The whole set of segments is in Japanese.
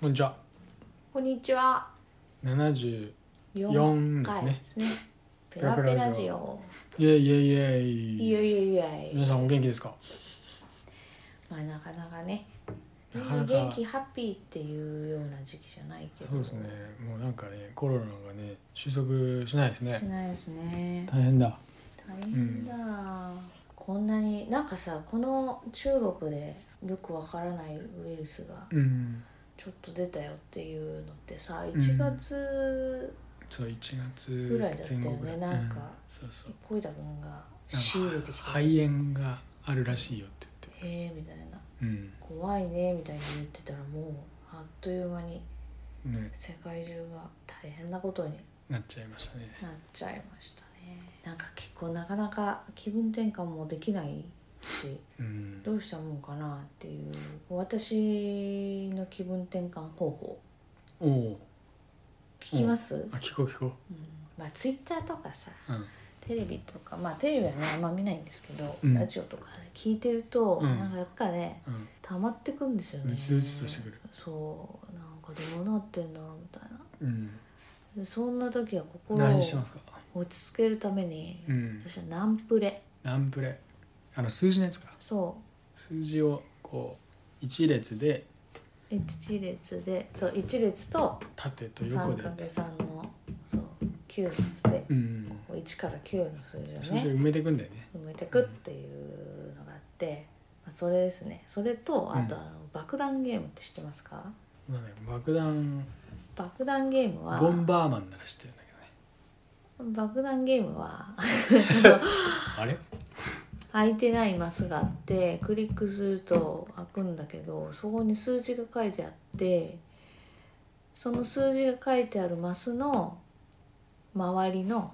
こんにちは。こんにちは。七十。四です回ねですね。ペラペラジオ。イェイイェイイェイ。いやいやいや。皆さんお元気ですか。まあなかなかね。なかなか元気ハッピーっていうような時期じゃないけど。そうですね。もうなんかね、コロナがね、収束しないですしね。ないですね。大変だ。大変だ。こんなになんかさこの中国でよくわからないウイルスがうん。ちょっと出たよっていうのってさん1月、そう、一月ぐらいだったよね前後ぐらいなんかうそうそう。小枝君なんがか仕入れてきて「へ肺炎があるらしいよって言って。え」みたいなうん「怖いね」みたいに言ってたらもうあっという間に。ね、世界中が大変なことになっちゃいましたね。なっちゃいましたねなんか結構なかなか気分転換もできないしうん。どうしたもんかなっていう私の気分転換方法おお。聞きます、うんあ、聞こう聞こまあツイッターとかさう。うん。テレビとかまあテレビはねあんま見ないんですけど、うんラジオとか聞いてると、うんなんかやっぱねうん。溜まってくんですよねうつうつとしてくるそうなんかどうなってんだろうみたいなうん。でそんな時は心を何してますか。落ち着けるためにうん。私はナンプレナンプレ。あの数字のやつか。そ数字をこう一列でう一列でそう一列と縦と横3でか、け3のそう9の数でうん、こう1から9の数字数を字をね埋めていくんだよね。埋めてくっていうのがあって、まあ、それですねそれとあとあの爆弾ゲームって知ってますかなんだっけ爆弾爆弾ゲームはボンバーマンなら知ってるんだけどね。爆弾ゲームはあれ？開いてないマスがあってクリックすると開くんだけどそこに数字が書いてあってその数字が書いてあるマスの周りの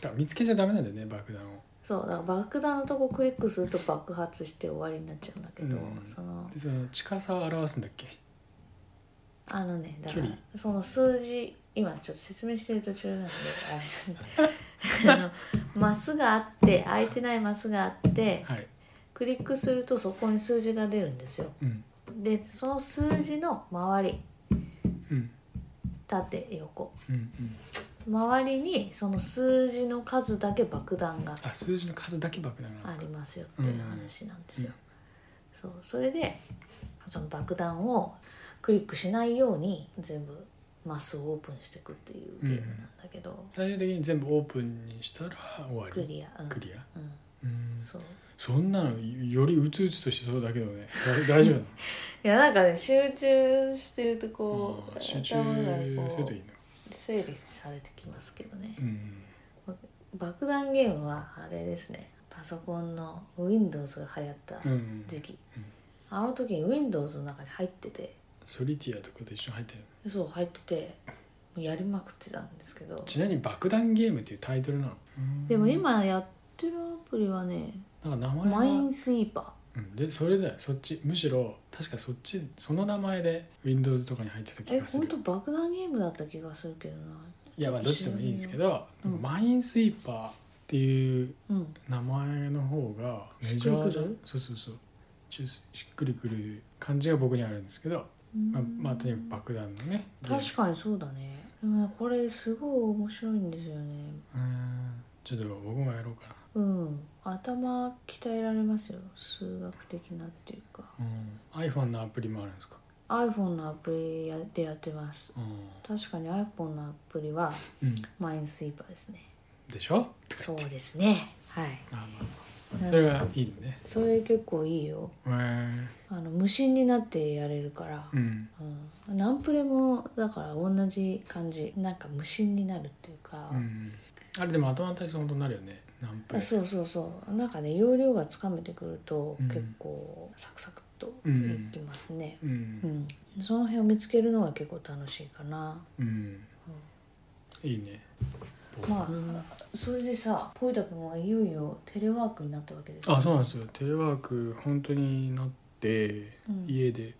だから見つけちゃダメなんだよね爆弾を。そうだから爆弾のとこクリックすると爆発して終わりになっちゃうんだけど、うんそのでその近さを表すんだっけ？あのねだか距ら離その数字今ちょっと説明してる途中なのであれあのマスがあって開いてないマスがあってはい。クリックするとそこに数字が出るんですようんでその数字の周りうん縦横うんうん。周りにその数字の数だけ爆弾があ数字の数だけ爆弾なのありますよっていう話なんですよ。そうそれでその爆弾をクリックしないように全部マスをオープンしていくっていうゲームなんだけど、最終的に全部オープンにしたら終わり。クリア、うんクリア。うん、うん。そうそんなのよりうつうつとしそうだけどね。だ大丈夫なの？ いやなんかね集中してるとこあうー集中頭がすこるといういの。整理されてきますけどね、うん。爆弾ゲームはあれですねパソコンの Windows が流行ったうん。時期、うんあの時に Windows の中に入っててソリティアとかと一緒に入ってるそう入っててもうやりまくってたんですけどちなみに爆弾ゲームっていうタイトルなのでも今やってるアプリはねなんか名前はマインスイーパうん、でそれだよそっちむしろ確かそっちその名前で Windows とかに入ってたーえ気がす本る当爆弾ゲームだった気がするけどないやまあどっちでもいいんですけど、うんなんかマインスイーパーっていううん名前の方がメジャーじゃしんっくりくるそうそうそうちゅしっくりくる感じが僕にあるんですけど、まあ、まあとにかく爆弾のね確かにそうだねでもねこれすごい面白いんですよねうんちょっと僕もやろうかうん頭鍛えられますよ数学的なっていうかな、うん、iPhone のアプリもあるんですか、 iPhone のアプリやでやってますう確かに iPhone のアプリはんうん、マインスイーパーですねでしょそうですねはいまあまあまあそれがいいのね。それ結構いいよへえあの無心になってやれるから、うん。うん、ナンプレもだから同じ感じなんか無心になるっていうか、うん。あれでも頭の体操本当になるよね。ナンプレあそうそうそうなんかね容量がつかめてくるとうん結構サクサクっとうんいきますね、ううんん。その辺を見つけるのが結構楽しいかなうん。いいね。僕、まそれでさポイタ君はいよいよテレワークになったわけですあ、そうなんですよ。テレワーク本当になって、うん家で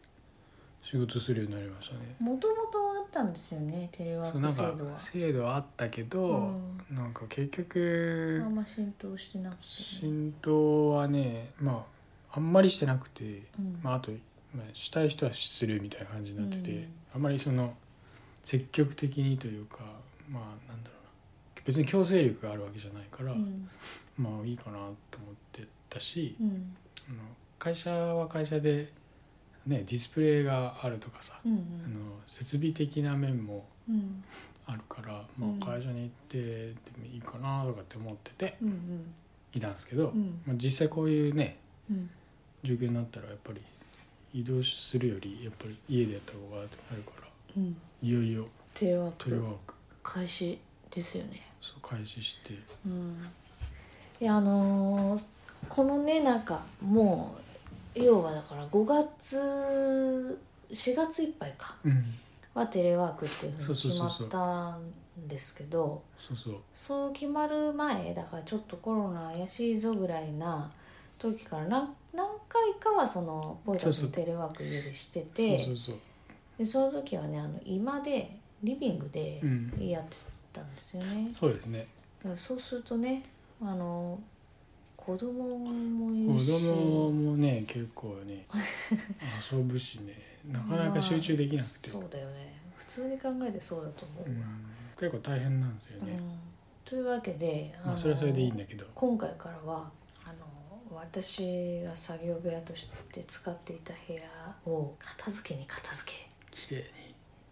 仕事するようになりましたね。もともとあったんですよねテレワーそうなクん制か度は制度はあったけど、なんか結うん、局あんま浸透してなくてね、浸透はね、まああんまりしてなくて、うんまああとまあ、したい人はするみたいな感じになってて、うんあまりその積極的にというかまあなんだろうな別に強制力があるわけじゃないから、うんまあいいかなと思ってたし、うんあの会社は会社で、ね、ディスプレイがあるとかさ、うんあの設備的な面もうんあるから、うんまあ、会社に行ってでもいいかなとかって思っててうんうんいたんですけど、うんまあ、実際こういうねうん状況になったらやっぱり移動するよりやっぱり家でやった方がってなるからうんいよいよテレワーテレワクーク開始ですよねそう開始してうんいやあのーこのねなんかもう要はだから5月4月いっぱいかうんはテレワークっていうふうそうにそうそ決まうそうったんですけどそうそうそう決まる前だからちょっとコロナ怪しいぞぐらいな時から何何回かはそのボイタそうスそのうテレワーク家でしてそうてそうそうでその時はねあの今でリビングでうんやってたんですよね。そうですねだからそうするとねあの子供子もいるし供もね結構ね遊ぶしねなかなか集中できなくて、まあそうだよね普通に考えてそうだと思ううわ、ん、結構大変なんですようんね、というわけで、まあ、それはそれでいいんだけど今回からはあの私が作業部屋として使っていた部屋を片付けに片付け綺麗に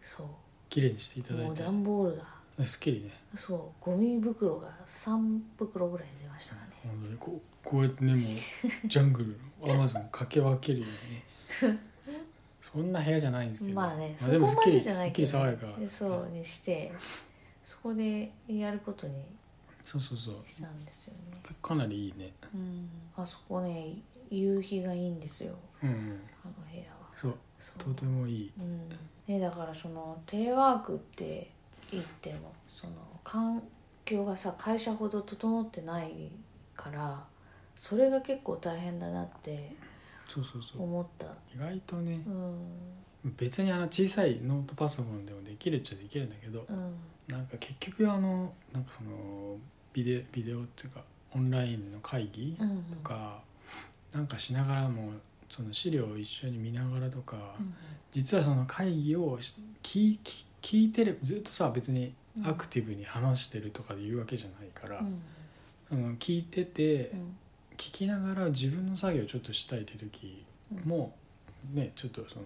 そう綺麗にしていただいもうて段ボールがすっきりねそうゴミ袋が3袋ぐらい出ましたかね本当にこうこうやってねもうジャングルのアマゾンかけ分けるようにねそんな部屋じゃないんですけどまあね、でもそすこっまきでりじゃなすっいきけりど爽ね、やかでそうにしてそこでやることにそうそうそうしたんですよね、かなりいいねうん、あそこね夕日がいいんですようん、うん、あの部屋はそうそとう、てもいいうんね、だからそのテレワークって言ってもその環境がさ会社ほど整ってないからそれが結構大変だなってそうそうそう思った、意外とねうん別にあの小さいノートパソコンでもできるっちゃできるんだけどうんなんか結局あのなんかそのビデビデオっていうかオンラインの会議うんとか、なんかしながらもその資料を一緒に見ながらとか、うん実はその会議をし聞聞聞いてるずっとさ別にアクティブに話してるとかで言うわけじゃないから、うんその聞いてて、うん聞きながら自分の作業をちょっとしたいって時も、ねちょっとその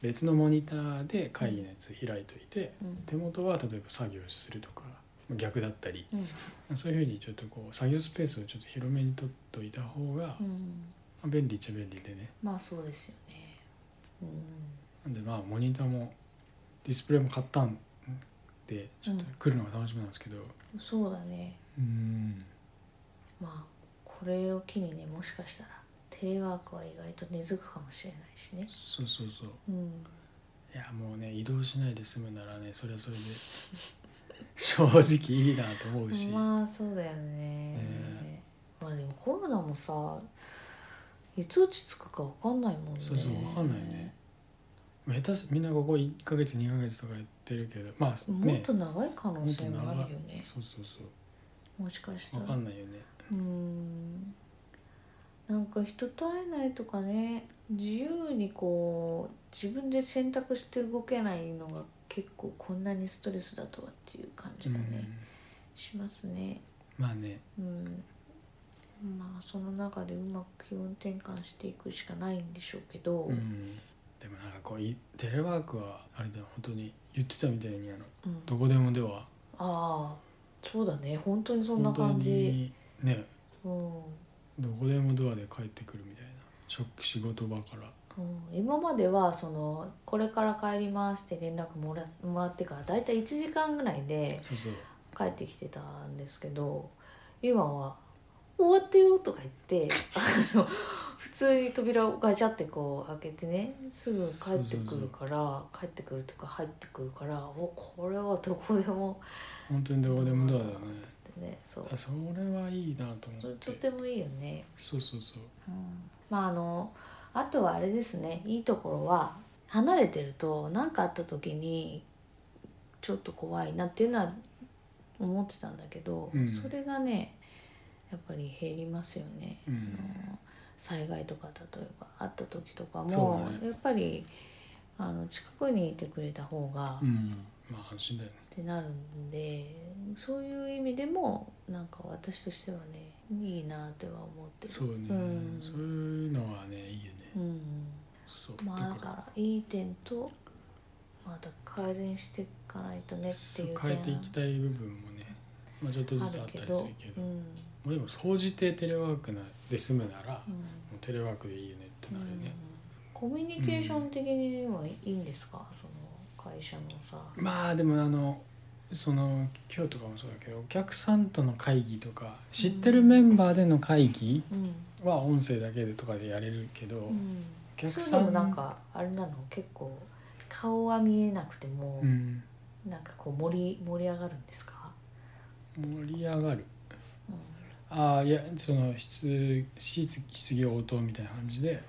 別のモニターで会議のやつ開いといてうん手元は例えば作業するとか逆だったりうんそういうふうにちょっとこう作業スペースをちょっと広めに取っといた方がうんまあ便利っちゃ便利でねまあそうですよね。うなんでまあモニターもディスプレイも買ったんでちょっと来るのが楽しみなんですけどん、そうだね。うんまあこれを機にね、もしかしたらテレワークは意外と根付くかもしれないしね。そうそうそううん、いやもうね移動しないで済むならねそれはそれで 正直いいなと思うし、まあそうだよね。ねまあでもコロナもさ、いつ落ち着くかわかんないもんね。そうそうわかんないね。下手すみんなここ1ヶ月2ヶ月とかやってるけどまあもっねと長い可能性もあるよね。そうそうそうもしかしたわらか。んないよねうん。なんか人と会えないとかね自由にこう自分で選択して動けないのが結構こんなにストレスだとはっていう感じがね、うんしますね。まあねうんまあその中でうまく気分転換していくしかないんでしょうけど、う、んでもなんかこういテレワークはあれだよ本当に言ってたみたいにあのうんどこでもではああそうだね本当にそんな感じ。本当にねうんどこでもドアで帰ってくるみたいな職仕事場からうん、今まではそのこれから帰りますって連絡もらもらってからだいたい1時間ぐらいでそうそう帰ってきてたんですけど今は「終わってよ」とか言って あの普通に扉をガチャってこう開けてねすぐ帰ってくるから帰ってくるとか入ってくるからおこれはどこでも本当にどこでもドアだねっつってねそうあそれはいいなとそ思れっとててもいいよね。そうそうそうまああのあとはあれですねいいところは離れてると何かあった時にちょっと怖いなっていうのは思ってたんだけど、うんそれがねやっぱり減りますよね。うあんの災害とか例えばあった時とかそも、うだねやっぱりあの近くにいてくれた方が、うっんまあ安心だよねてなるんでそういう意味でもなんか私としてはねいいなっては思ってる。そうね、うんそういうのはねいいよね、うんそうまあだからいい点とまた改善していかないとねってそういう変えていき点たい部分もね、まあ、ちょっとずあつあるっけたりするけどど、うんまあ、でも総じてテレワークなで済むなら、もうんうテレワークでいいよねってなるよね、コミュニケーション的にはいいんですか、その会社のさ、まあでもあのその今日とかもそうだけどお客さんとの会議とか知ってるメンバーでの会議うんは音声だけでとかでやれるけど、うん、お客それさでもんなんかあれなの結構顔は見えなくても、うん、なんかこう盛り盛り上がるんですか、盛り上がるうんああいやその質質質疑応答みたいな感じで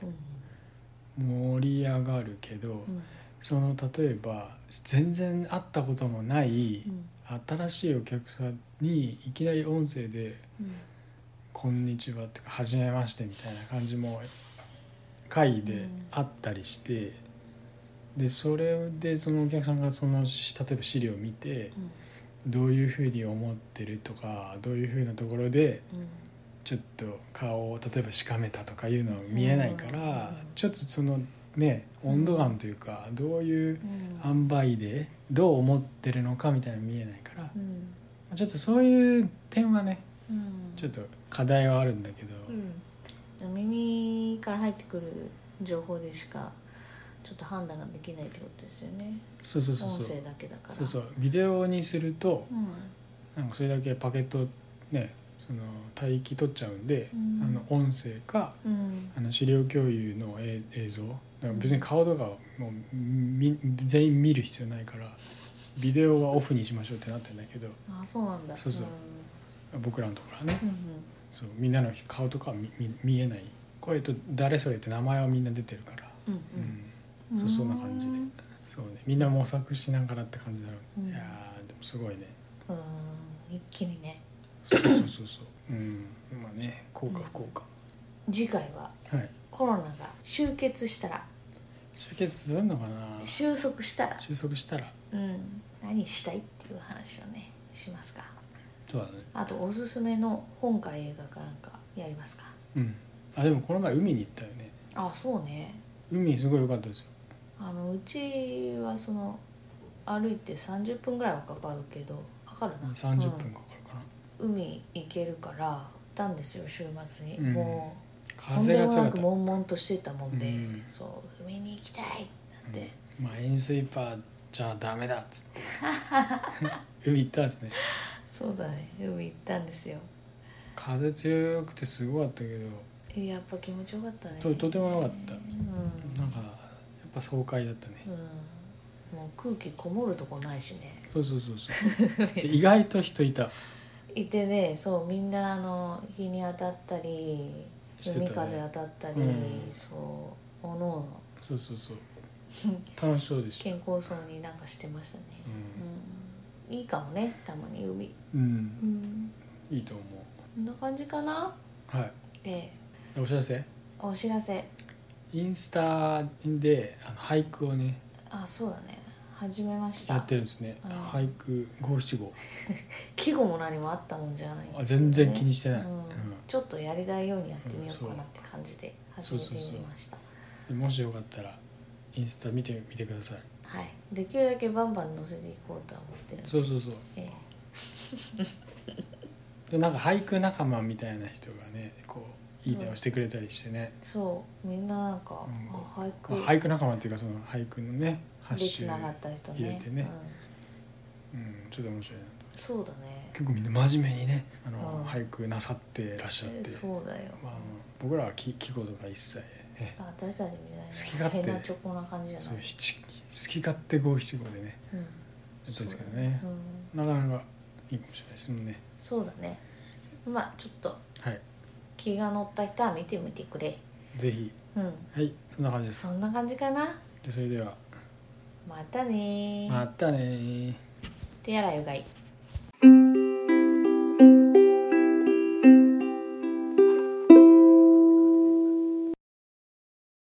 盛り上がるけど、うんその例えば全然会ったこともないうん新しいお客さんにいきなり音声でうん「こんにちは」とか「はじめまして」みたいな感じも会うでんあったりしてでそれでそのお客さんがそのし例えば資料を見てうんどういうふうに思ってるとかどういうふうなところでうんちょっと顔を例えばしかめたとかいうのは見えないからうんちょっとそのね温度感というかどういううん塩梅でどう思ってるのかみたいなの見えないからまうんあちょっとそういう点はねうんちょっと課題はあるんだけど、うん、耳から入ってくる情報でしかちょっと判断ができないってことですよねそうそうそう音そう声だけだからそうそうビデオにするとうんなんかそれだけパケットねその帯域取っちゃうんで、うんあの音声かうんあの資料共有の映映像だから別に顔とかはもうみ全員見る必要ないからビデオはオフにしましょうってなってんだけどあそうなんだそうそう僕らのところはねうんうんそうみんなの顔とかは見見見えない声と誰それって名前はみんな出てるから、うんうんうんそうそんな感じでうんそうねみんな模索しながらって感じだろう、うんいやーでもすごいねうん一気にねそうそうそうそううんまあね効果不効果、次回ははいコロナが終結したら集結するのかな収束したら、収束したらうん、何したいっていう話をねしますかそうだねあとおすすめの本か映画かなんかやりますかうんあでもこの前海に行ったよねあそうね海すごい良かったですよあのうちはその歩いて30分ぐらいはかかるけどかかるな30分かかるうんかな、海行けるから行ったんですよ週末に、うんもうとん風でがも強かなっくた、悶々としてたもんで、うんそう海に行きたいなんて、まあ円水パーじゃあダメだっつって 海行ったんですねそうだね海行ったんですよ風強くてすごかったけどえやっぱ気持ちよかったねととても良かったうん、なんかやっぱ爽快だったねうん、もう空気こもるとこないしねそうそうそうそうで意外と人いたいてねそうみんなあの日に当たったりしてたね海風当たったり、うんそうおのおのそうそう そう楽しそうでした健康そうになんかしてましたね、うんいいかもねたまに海、うん、う、うんん、いいと思こんな感じかなうはいええお知らせお知らせインスタであの俳句をねあそうだね始めましやったてるんですね、うん俳句五七五季語も何もあったもんじゃないんあですけど全ね然気にしてない、ううんんちょっとやりたいようにやってみようかなって感じで始そうめてみました、でもしよかったらインスタ見てみてくださいはいできるだけバンバン載せていこうとは思ってるんでそうそうそうええでなんか俳句仲間みたいな人がねこういいねをしてくれたりしてね、そうみんななんか、うんあ俳句まあ俳句仲間っていうかその俳句のねで発つ集、ながった人ね入れてねうんうん、ちょっと面白いなそうだね結構みんな真面目にねあの、うん俳句なさってらっしゃっえて、そうだよ、まあ、あの僕らはき季語とか一切ねあ私たちみ好きたいな勝手ヘナチョコな感じじゃそうない七好き勝手五七五でねうんやったんですけどねそうだうんなかなかいいかもしれないですもんねそうだねまあちょっとはい気が乗った人は見てみてくれぜひうんはいそんな感じですそんな感じかなでそれではまたねーまたねー手洗いうがい